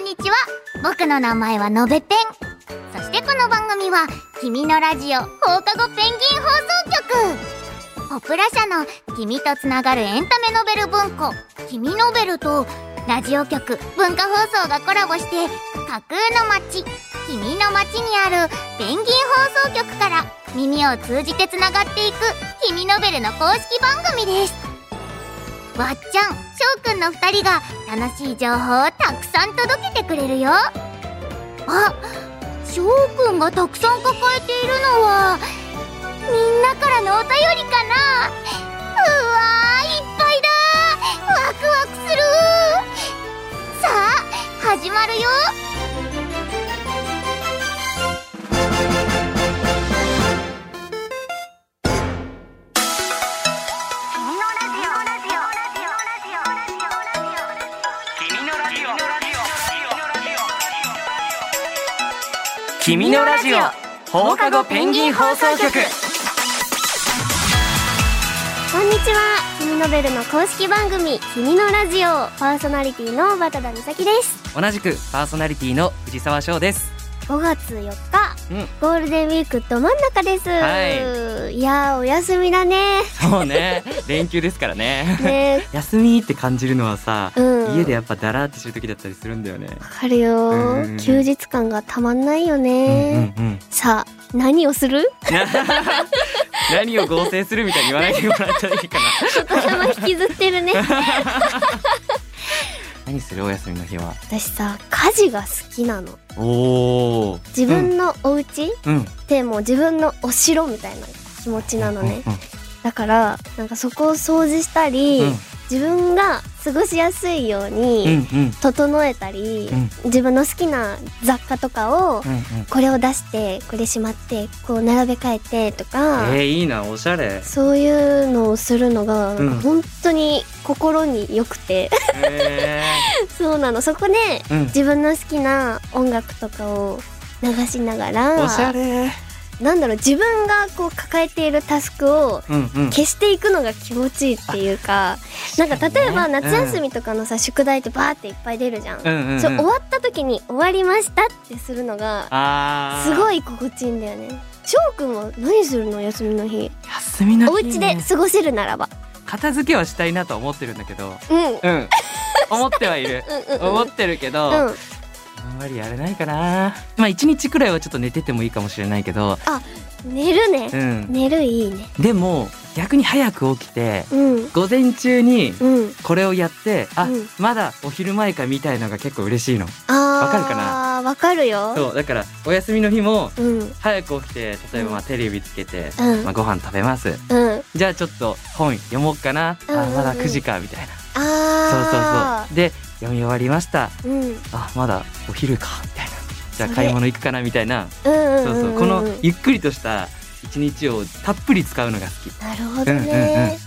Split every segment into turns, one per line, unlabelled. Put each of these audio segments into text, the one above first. んにちは僕の名前はのべペンそしてこの番組は「君のラジオ放課後ペンギン放送局」ポプラ社の「君とつながるエンタメノベル文庫」「君ノベル」とラジオ局文化放送がコラボして架空の街「君の街にあるペンギン放送局から耳を通じてつながっていく「君ノベル」の公式番組ですわっちゃんしょうくんの2人が楽しい情報をたくさん届けてくれるよあしょうくんがたくさん抱えているのはみんなからのお便りかなうわーいっぱいだワクワクするさあ始まるよ
君のラジオ
君のラジオ放課後ペンギン放送局
こんにちは君ノベルの公式番組君のラジオパーソナリティのバタダ美咲です
同じくパーソナリティの藤沢翔です
5月4日、
うん
ゴールデンウィークど真ん中です、、
はい
やーお休み だね
そうね連休ですからね
ね
休みって感じるのはさ、
うん
家でやっぱだらーってする時だったりするんだよね、
わかるよ
うんうんうん
ー休日感がたまんないよね、
うんうんうん
さあ何をする
何を合成するみたいに言わないでもらったらいいかな
頭引きずって るね
何するお休みの日は
私さ家事が好きなの
おお
自分のお家
うん
ってもう自分のお城みたいな気持ちなのね、だからなんかそこを掃除したり、
うん
自分が過ごしやすいよう
うんうん
に
うん
整えたり、
うん
自分の好きな雑貨とかを
うんうん
これを出してこれしまってこう並べ替えてとか、
えー、いいなおしゃ れ、
そういうのをするのが
うん
本当に心に良くて
え
そうなのそこで
ー、うん
自分の好きな音楽とかを流しながら
おしゃれ
なんだろう自分がこう抱えているタスクを
うんうん
消していくのが気持ちいいっていうかなんか例えば夏休みとかのさ、宿題ってバーっていっぱい出るじゃん、
うんうんうん
そう終わった時に「終わりました」ってするのが
あ
すご
い
い心地いいんだよね翔くんは何するの休みの日
休みの
お
日、ね、
家で過ごせるならば
片付けはしたいなとは思ってるんだけど
うんうんうん
うん思ってはいる
うん
思ってるけど、
うん
あんまりやれないかなまあ一日くらいはちょっと寝ててもいいかもしれないけど
寝るね
うん
寝るいいね
でも逆に早く起きて
うん
午前中に
うん
これをやってあ、
うん
まだお昼前かみたいのが結構嬉しいの
あ
わ
わ
かるかな
わかるよ
そうだからお休みの日も
うんうん
早く起きて例えばまあテレビつけて、
うん
まあ、ご飯食べます
あ
じゃあちょっと本読もうかな、
うんうん
あ
うん
まだ9時かみたいなそうそう
あ
そうで読み終わりました
そうそうそう、うん、
あまだお昼かみたいなじゃあ
それ
買い物行くかなみたいな
うん
そう
うん
そ
ん
うんこのゆっくりとした一日をたっぷり使うのが好き
なるほど
うんうんう
ね。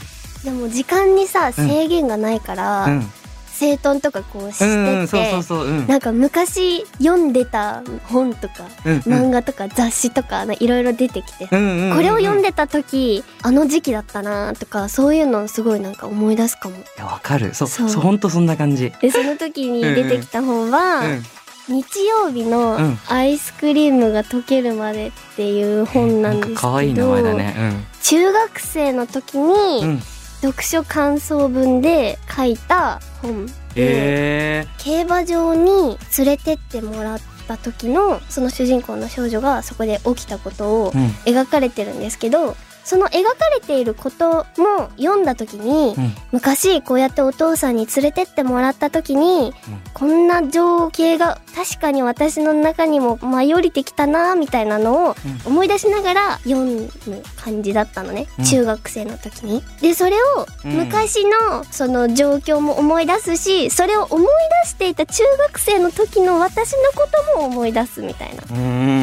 でも時間にさ制限がないから、
うん
整頓とかこうしてって、
うんうんそうそうそううん
なんか昔読んでた本とか
うんうん
漫画とか雑誌とかいろいろ出てきて、
うんうんうん
これを読ん
い
でた時あの時期だったなとかそういうのをすごいなんか思い出すかも。
やわかるそうそ
そうう
ほんとそんな感じ
でその時に出てきた本は、
うん
日曜日の
うん
アイスクリームが溶けるまでっていう本なんですけど、
か可愛い名前だね
中学生の時に、
うんうん
読書感想文で書いた本で、
え
競馬場に連れてってもらった時のその主人公の少女がそこで起きたことを
ーうん
描かれてるんですけどその描かれていることも読んだ時に、
うん
昔こうやってお父さんに連れてってもらった時に、
うん
こんな情景が確かに私の中にも舞い降りてきたなみたいなのを
うん
思い出しながら読む感じだったのね、
うん
中学生の時に。でそれを
うん
昔のその状況も思い出すしそれを思い出していた中学生の時の私のことも思い出すみたいな
うんうんうんうんうんう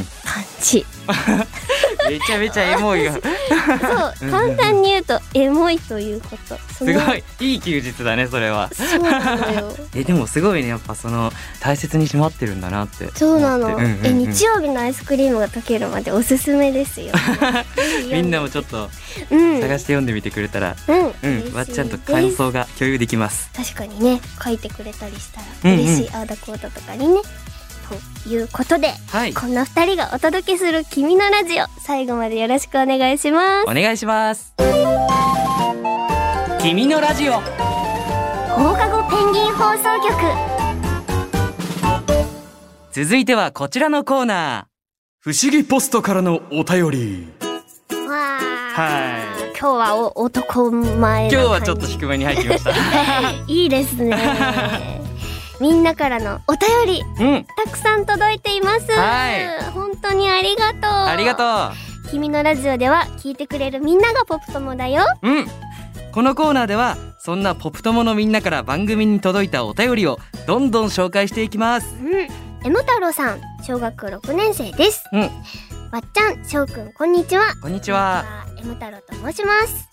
ん
感じ。
めちゃめちゃエモい よ
そう簡単に言うとエモいということす
すごいいい休日だねそれは
そうなのよ
えでもすごいねやっぱその大切にしまってるんだなって
そうなの、
思ってうんうんうん
え日曜日のアイスクリームが溶けるまでおすすめですよ
みんなもちょっと
うん
探して読んでみてくれたら、
うん、
うん
嬉しい
わっちゃんと感
です
想が共有できます
確かにね書いてくれたりした
うん
ら
うん
嬉しい、ああだこうだとかにねということで
はい
こんな二人がお届けする君のラジオ最後までよろしくお願いします
お願いします君のラジオ
放課後ペンギン放送局
続いてはこちらのコーナ
不思議ポストからのお便り
わ
ー
あ
はい
今日はお男前な感じ
今日はちょっと低めに入ってきました
いいです ねみんなからのお便り
うん
たくさん届いています、
はい
本当にありがとう
ありが
う
と
君のラジオでは聞いてくれるみんながポップ友だよ
ううんこのコーナーではそんなポップ友のみんなから番組に届いたお便りをどんどん紹介していきます
うん、M 太郎さん小学6年生です、
うん
わっちゃんしょうくんこんにちは
こんにちは
こんにちは M 太郎と申します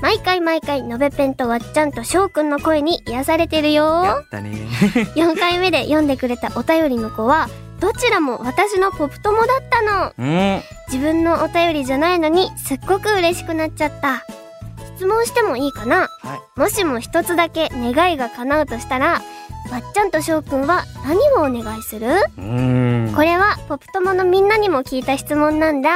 毎回毎回のべペンとわっちゃんとしょうくんの声に癒されてる
や
よ
ったね
4回目で読んでくれたお便りの子はどちらも私のポップ友だったの
うん
自分のお便りじゃないのにすっごく嬉しくなっちゃった質問してもいいかな、
は
もしも一つだけ願いが叶うとしたらわっちゃんとしょうくんは何をお願いする
うん
これはポップ友のみんなにも聞いた質問なんだ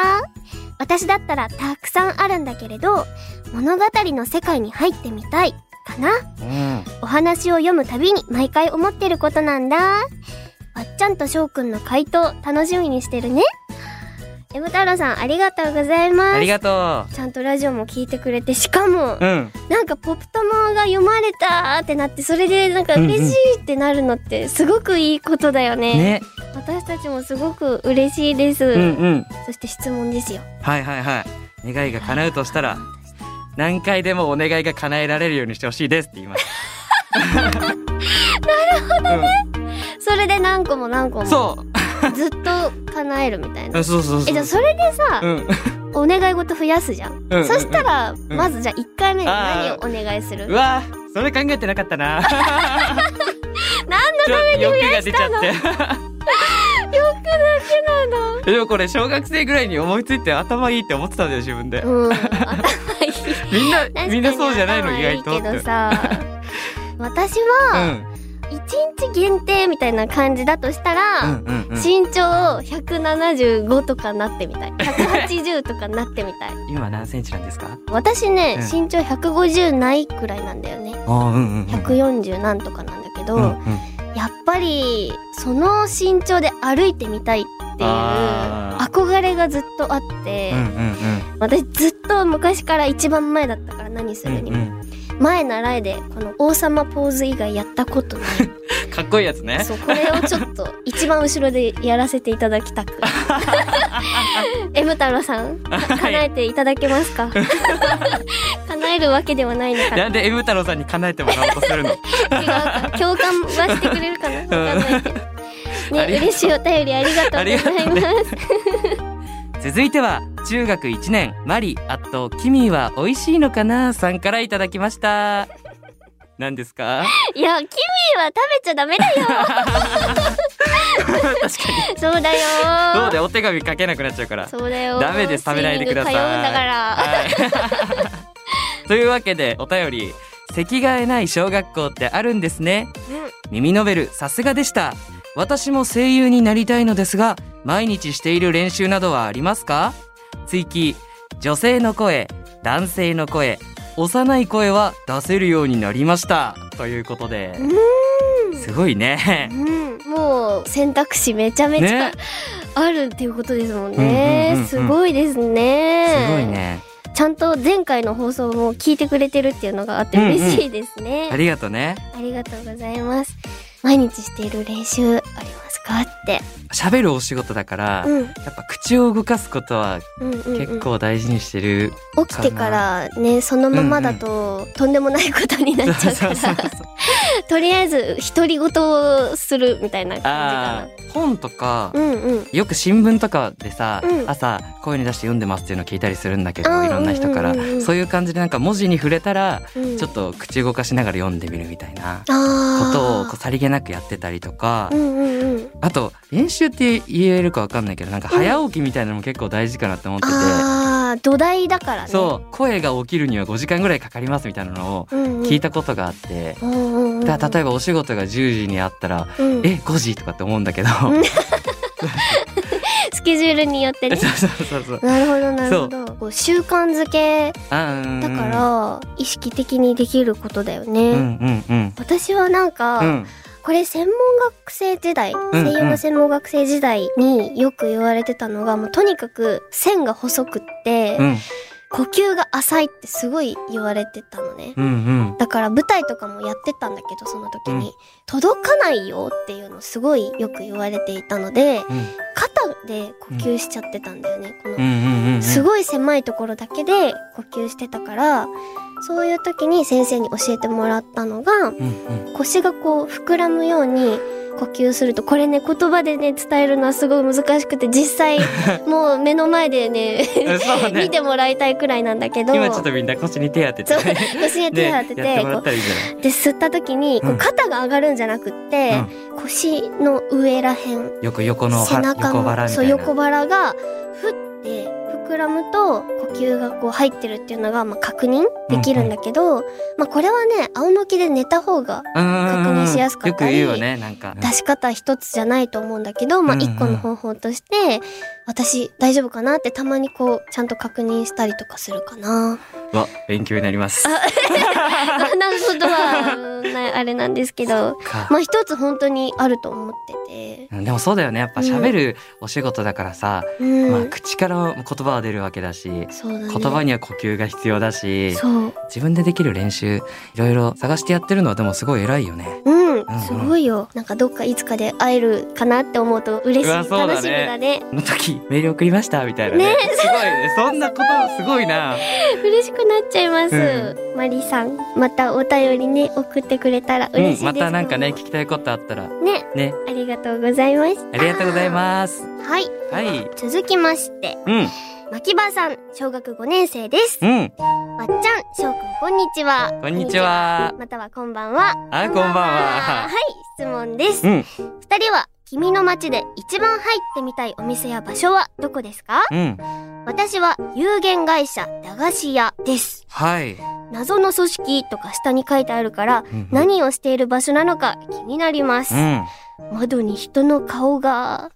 私だったらたくさんあるんだけれど物語の世界に入ってみたいかな
うん
お話を読むたびに毎回思ってることなんだわっちゃんとしょうくんの回答楽しみにしてるね M 太郎さんありがとうござい
あ
ま
り
す
がと
ちゃんとラジオも聞いてくれてしかも
ううん
なんかポップ友が読まれたってなってそれでなんか嬉しいってなるのってすごくいいことだよね
ね
私たちもすごく嬉しいです、
うんうん
そして質問ですよ
はいはいはい願いが叶うとしたら何回でもお願いが叶えられるようにしてほしいですって言いますなるほどね、
それで何個も何個
うん
も
そ
ずっと叶えるみたいうな
うんそうそうそう
えじゃあそれでさ、
うん
お願い事増やすじゃん、
うん
そしたら、
ん
まずじゃあ1回目に何を
あ
お願いする
うわーそれ考えてなかった な何のために欲が出ちゃって
欲だけなの
でもこれ小学生ぐらいに思いついて頭いいって思ってたんだよ自分で
うん頭いい
みんな
確かに
みんなそうじゃないの
頭
意外と
いいけど
って
さ私
う
は
ん
1日限定みたいな感じだとした
う
ら、
んうんうん
身長175とかなってみ たい180とかなってみたい
今何センチなんですか
私ね、
うん
身長150ないくらいなんだよね
あーうんうんうん
140なんとかなんだけど、
うんうん
やっぱりその身長で歩いてみたいっていう
あー
憧れがずっとあって、
うんうんうん
私ずっと昔から一番前だったから何するにも、
うん
前習いでこの王様ポーズ以外やったことない
うんかっこいいやつね
そうこれをちょ っと一番後ろでやらせていただきたく M 太郎さんか叶えていただけま すか叶えるわけではないのかな違
なんで M 太郎さんに叶えてもらおうとするの
うか共感はしてくれるかなわかんないけ
ありが
どね
とう
嬉しいお便りありがとうございます
続いては中学1年マリあとキミは美味しいのかなさんからいただきました何ですか
いやキミは食べちゃダメだよ
確かに
そうだ
どう
よ
でお手紙書けなくなっちゃうから
そうだよ
ダメです食べないでください
スイミング通うんだから
はい、というわけでお便り席がえない小学校ってあるんですね耳ノベルさすがでした私も声優になりたいのですが毎日している練習などはありますか追記女性の声男性の声幼い声は出せるようになりましたということですごいね
うん、もう選択肢めちゃめちゃ、
ね
あるっていうことですもん
うん
ね、
うんうんうん
すごいですね
すごいね
ちゃんと前回の放送も聞いてくれてるっていうのがあって
うんうん
嬉しいですね、
ありがとうね
ありがとうございます毎日している練習ありますかかって
喋るお仕事だから、
う
や
ん
っぱ口を動かすことは
うんうん、うん、
結構大事にしてる、
起きてからねそのままだと、とんでもないことになっちゃうからとりあえず独り言をするみたいな感じ
あ
か
ー本とか、
なうんうん
よく新聞とかでさ、
うん
朝声に出して読んでますっていうのを聞いたりするんだけど、
うん
いろんな人から、
うんうんうん
そういう感じでなんか文字に触れたら、
うん
ちょっと口動かしながら読んでみるみたいなこ
あ
とを
ー
こうさりげなくやってたりとか、
うんうんうん
あと練習って言えるかわかんないけどなんか早起きみたいなのも結構大事かなって思ってて、
ああ土台だからね
そう声が起きるには5時間ぐらいかかりますみたいなのを
うんうん、
聞いたことがあって、
うんうんうん
だから例えばお仕事が10時にあったら
う
「
ん
え5時?」とかって思うんだけど、
んスケジュールによってね
そうそうそうそう。
なるほどなるほどこう習慣づけ
あうんうん
だから意識的にできることだよね、
うんうんうん
私はなんか、
うん
これ専門学生時代、
ん
声優の専門学生時代によく言われてたのがもうとにかく線が細くって、
うん
呼吸が浅いってすごい言われてたのね、
うんうん
だから舞台とかもやってたんだけどその時に、届かないよっていうのすごいよく言われていたので
うん
肩で呼吸しちゃってたんだよね、この
うんうんうん
す
い
ごい狭いところだけで呼吸してたからそういう時に先生に教えてもらったのが
うんうん
腰がこう膨らむように呼吸するとこれね言葉でね伝えるのはすごい難しくて実 際もう目の前でね
うんそう
見
ね
てもらいたいくらいなんだけど
今ちょっとみんな腰に手当て
そう
てね
腰に手を当て
やって
て
も
こ
ら
う
ったらいいじゃない
で吸った時にこ
うん
う肩が上がるんじゃなくって、腰の上らへん
よく横の
背
腹
中
横腹
も
み
そ
た
う
いな
横腹がふって膨らむと呼吸がこう入ってるっていうのがまあ確認できるんだけど、まあ、これはね仰向けで寝た方が
確
確認しやすかったり
よく言うよねなんか
出し方一つじゃないと思うんだけど、まあ、
うんうん
一個の方法として私大丈夫かなってたまにこうちゃんと確認したりとかするかな。
わ勉強になります
話すことはうん なあれなんですけど、
か
まあ、一つ本当にあると思ってて。
でもそうだよねやっぱ喋るお仕事だからさ、
うん
まあ、口からも言葉は出るわけだし言
そうだね
葉には呼吸が必要だし
そう
自分でできる練習いろいろ探してやってるのはでもすごい偉いよね。
うん
うん、
すごいよ。なんかどっかいつかで会えるかなって思うと嬉しい。
うわ
楽
そうだね
しみだね。
の時メール送りましたみたいなね
ね
すごいねそんなことすごいな
嬉しくなっちゃいます。
う
マリさん、またお便りね送ってくれたら嬉しいです、
うん、またなんかね聞きたいことあったら
ね、
ね
ありがとうございました。
ありがとうございます
す。はい、
はい
続きまして、
うん
牧場さん、小学5年生です。
うん
わっちゃん、翔くん、こんにちは。
こんにち。は
またはこんばんは。
あこんばん
は、
はい
質問です。
うん
二人は君の街で一番入ってみたいお店や場所はどこですか？
うん
私は有限会社駄菓子屋です。
はい
謎の組織とか下に書いてあるから、
うん
何をしている場所なのか気になります
う。ん
窓に人の顔が。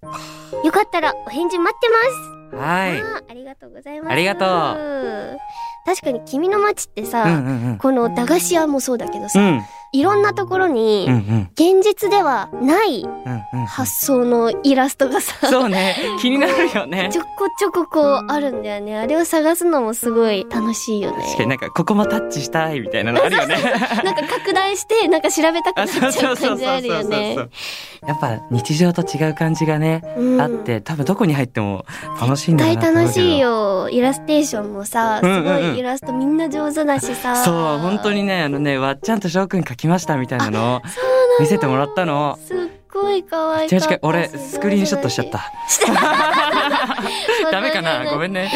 よかったらお返事待ってます。
はい
あーありがとうございます。
ありがと
う。確かに君の街ってさ、
うんうん
この駄菓子屋もそうだけど
う
さ、
んうん
いろんなところに、
うんうん
現実ではない
うんうん
発想のイラストがさ、
そうね気になるよね
ちょこちょここうあるんだよね。あれを探すのもすごい楽しいよね。
確かになんかここもタッチしたいみたいなのあるよね
なんか拡大してなんか調べたくな
あ
っち
そう
ゃ
そううそ
感
う
じ
そ
あ
うそ
るよ
う
ね。
やっぱ日常と違う感じがね
うん
あって多分どこに入っても楽しいんだろう
絶
な
対楽しい
よ
よ。イラステーションもさ、
うんう
す
んう
ご
ん
いイラストみんな上手だしさ。
そう本当。にねあのねわっちゃんと翔くん描きましたみたいなのを見せてもらったの
すっごい可愛
違
か
う
った
違
し
う俺スクリーンショットしちゃっ。たダメかなごめ
ん。
んね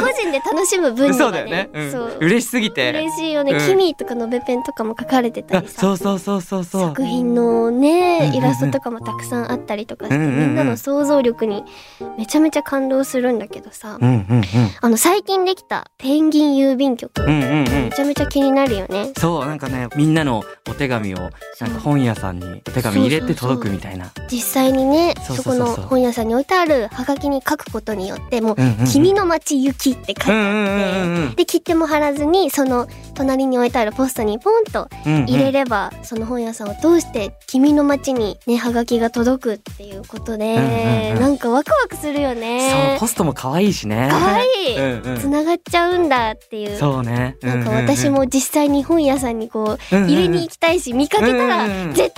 個人で楽しむ分 に
そ
は
うだよね、うん
そう
嬉しすぎて
嬉しいよね。
うん
キミとかのべペンとかも書かれてた
あ
りさ。
そうそうそうそうそう
作品の
うんうんう
ね
ん
イラストとかもたくさんあったりとかして、
うんうんうん
みんなの想像力にめちゃめちゃ感動するんだけどさ、
うんうんうん
あの最近できたペンギン郵便局
うんうんうん
めちゃめちゃ気になるよね。
そうなんかねみんなのお手紙をなんか本屋さんにお手紙入れて届くみたいな
実際にね
そう
そ
そうそうそう
この本屋さんに置いてあるハガキに書くことによってもう
うんうんうん
「君の街行き」って書いて
うんうん
あって。
うん
で切手も貼らずにその隣に置いてあるポストにポンと
うんうん
入れれば、その本屋さんを通して「君の街にねハガキが届くっていうことで、
うんうんうん
なんかワクワクするよ
そう
ね。
ポストも可愛いしね
可愛い
うんうん
つながっちゃうんだっていう
そうね
なんか私も実際に本屋さんにこう
うんうんうん
入れに行きたいし見かけた
うんうんう
ら
ん
絶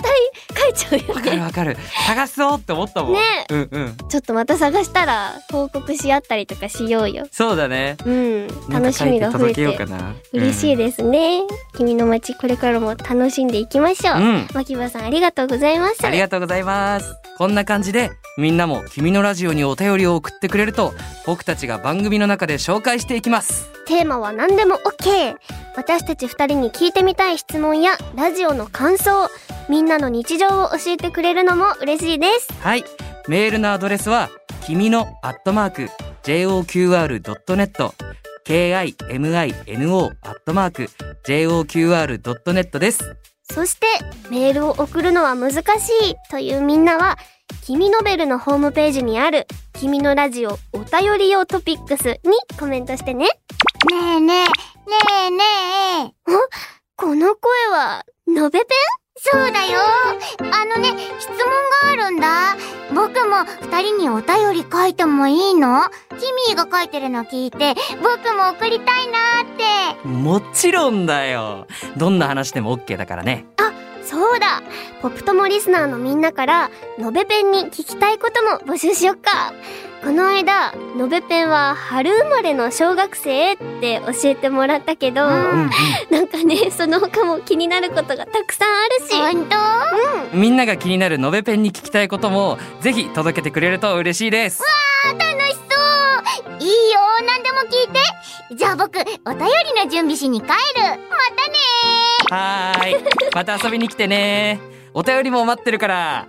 対書いちゃうよ
わかる
ね。
わわかる探そうって思ったもん
ね
うんうん
ちょっとまた探したら報告し合ったりとかしようよ
そうだね
うん
なんか
楽し
書い
み
て
が増
届
え
けよ
て
うかな
嬉しいですね、君の街これからも楽しんでいきましょう、
うん
牧場さんありがとうございます
ありがとうございます。こんな感じで、みんなも君のラジオにお便りを送ってくれると、僕たちが番組の中で紹介していきます。
テーマは何でも OK 私たち2人に聞いてみたい質問やラジオの感想みんなの日常を教えてくれるのも嬉しいです
はい。メールのアドレスは、君のアットマーク、joqr.net、kimino アットマーク、joqr.net です。
そしてメールを送るのは難しいというみんなは「君ノベル」のホームページにある「君のラジオお便り用トピックス」にコメントしてね
ねえねえねえねえ
この声はのべペ
そうだよあのね質問があるんだ僕も二人にお便り書いてもいいのキミーが書いてるの聞いて僕も送りたいなーって
もちろんだよ。どんな話でも OK だからね。
ンそうだポップ友リスナーのみんなからのべペンに聞きたいことも募集しよっかこの間のべペンは春生まれの小学生って教えてもらったけど、
うん
なんかねその他も気になることがたくさんあるし
本当
みんなが気になるのべペンに聞きたいことも、ぜひ届けてくれると嬉しいです。
楽しそういいよ何でも聞いてじゃあ僕お便りの準備しに帰るまたね
はーい。また遊びに来てね。お便りも待ってるから。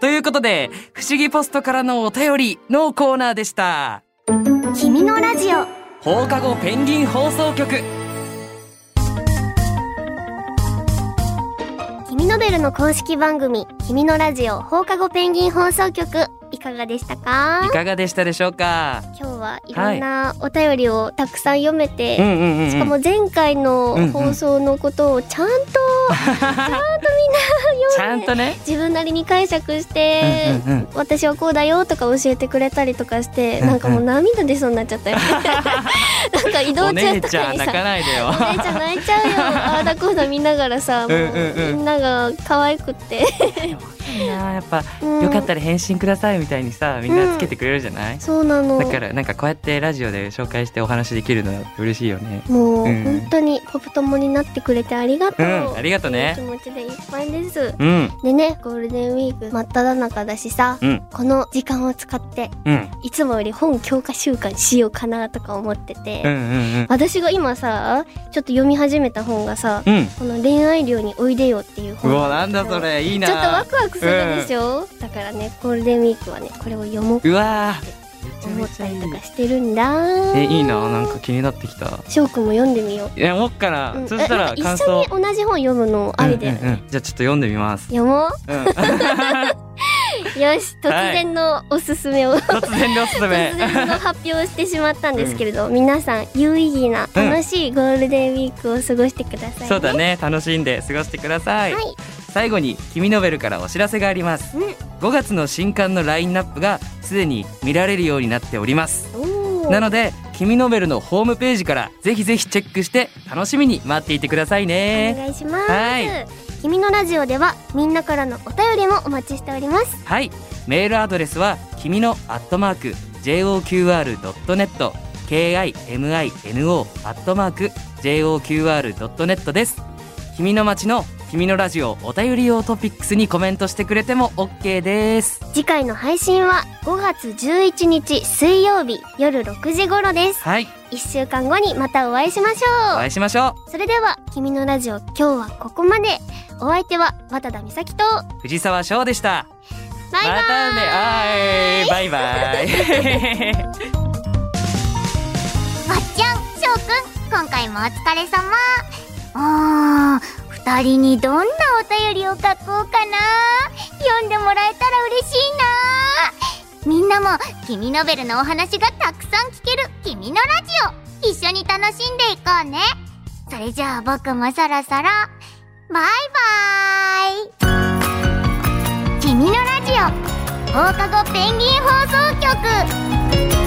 ということで、不思議ポストからのお便りのコーナーでした。
君のラジオ
放課後ペンギン放送局。
君ノベルの公式番組「君のラジオ放課後ペンギン放送局」いかがでしたか
いかがでしたでしょうか
今日はいろんなお便りをたくさん読め
うん
て、
うんうん。
しかも前回
うんうん
の放送のことをちゃんと、
ちゃんとね。
自分なりに解釈して、
うんうんうん
私はこうだよとか教えてくれたりとかして、
うんうん
なんかもう涙出そうになっち ゃったよなんか移動
お
中
姉
と
ちゃ
か
ん
に
泣か
さ
ないでよ
お。姉ちゃん泣いちゃうよああだこうだ見ながらさもう
うんうんうん
みんなが可愛くって、
いいなあやっぱ、
うん
よかったら返信くださいみたいにさ、みんなつけてくれるじゃない、
そうなの
だからなんかこうやってラジオで紹介してお話できるの嬉しいよね。
もう、
うん
本当にポップ友になってくれてありがと
う
う、
ん、ありがと
と
ね。
いう気持ちでいっぱいです
うん、
でねゴールデンウィーク真っ只中だしさ、
うん
この時間を使って
うん、
いつもより本強化習慣しようかなとか思ってて、
うん、うん、
私が今さちょっと読み始めた本がさ、
うん。うん
この恋愛寮においでよっていう
う
本
わなんだそれいいな
ちょっとワクワクするでしょ、だからねゴールデンウィークはねこれを読もうか
うわめちゃ
思
め
っ
ちゃ
た
い
り
い
とかしてるんだ
えいいななんか気になってきた
翔くんも読んでみよう
いやもっかな、
うん
そした
え
ら
なん
感
か一緒
想
に同じ本読むのありだよね、
うんうんうんじゃあちょっと読んでみます、
読もう
うん、
よし突然のおすすめを、
突然でおすすめ
突然の発表をしてしまったんですけれど、皆さん有意義な楽しいゴールデンウィークを過ごしてください、ね
そうだね楽しんで過ごしてください、
はい
最後に「君ノベル」からお知らせがあります、
うん
5月の新刊のラインナップがすでに見られるようになっております
おー
なので「君ノベル」のホームページからぜひぜひチェックして楽しみに待っていてください
お
ね
願いします、
はい
君のラジオではみんなからのお便りもお待ちしております
はい、メールアドレスは君のアットマーク joqr.net kimino アットマーク joqr.net です君の街の君のラジオお便り用トピックスにコメントしてくれても OK です
次回の配信は5月11日水曜日夜6時頃です
はい
1週間後にまたお会いしまし
お
ょ
会いしましょ
うそれでは君のラジオ今日はここまでお相手は渡田美咲と
う藤沢翔でした
バイバイ
またねあいバイバイ
わっちゃんしょうくん今回もお疲れ様あー二人にどんなお便りを書こうかな読んでもらえたら嬉しいなみんなも「君ノベル」のお話がたくさん聞ける「君のラジオ」一緒に楽しんでいこうねそれじゃあ僕もそろそろバイバーイ「君のラジオ」放課後ペンギン放送局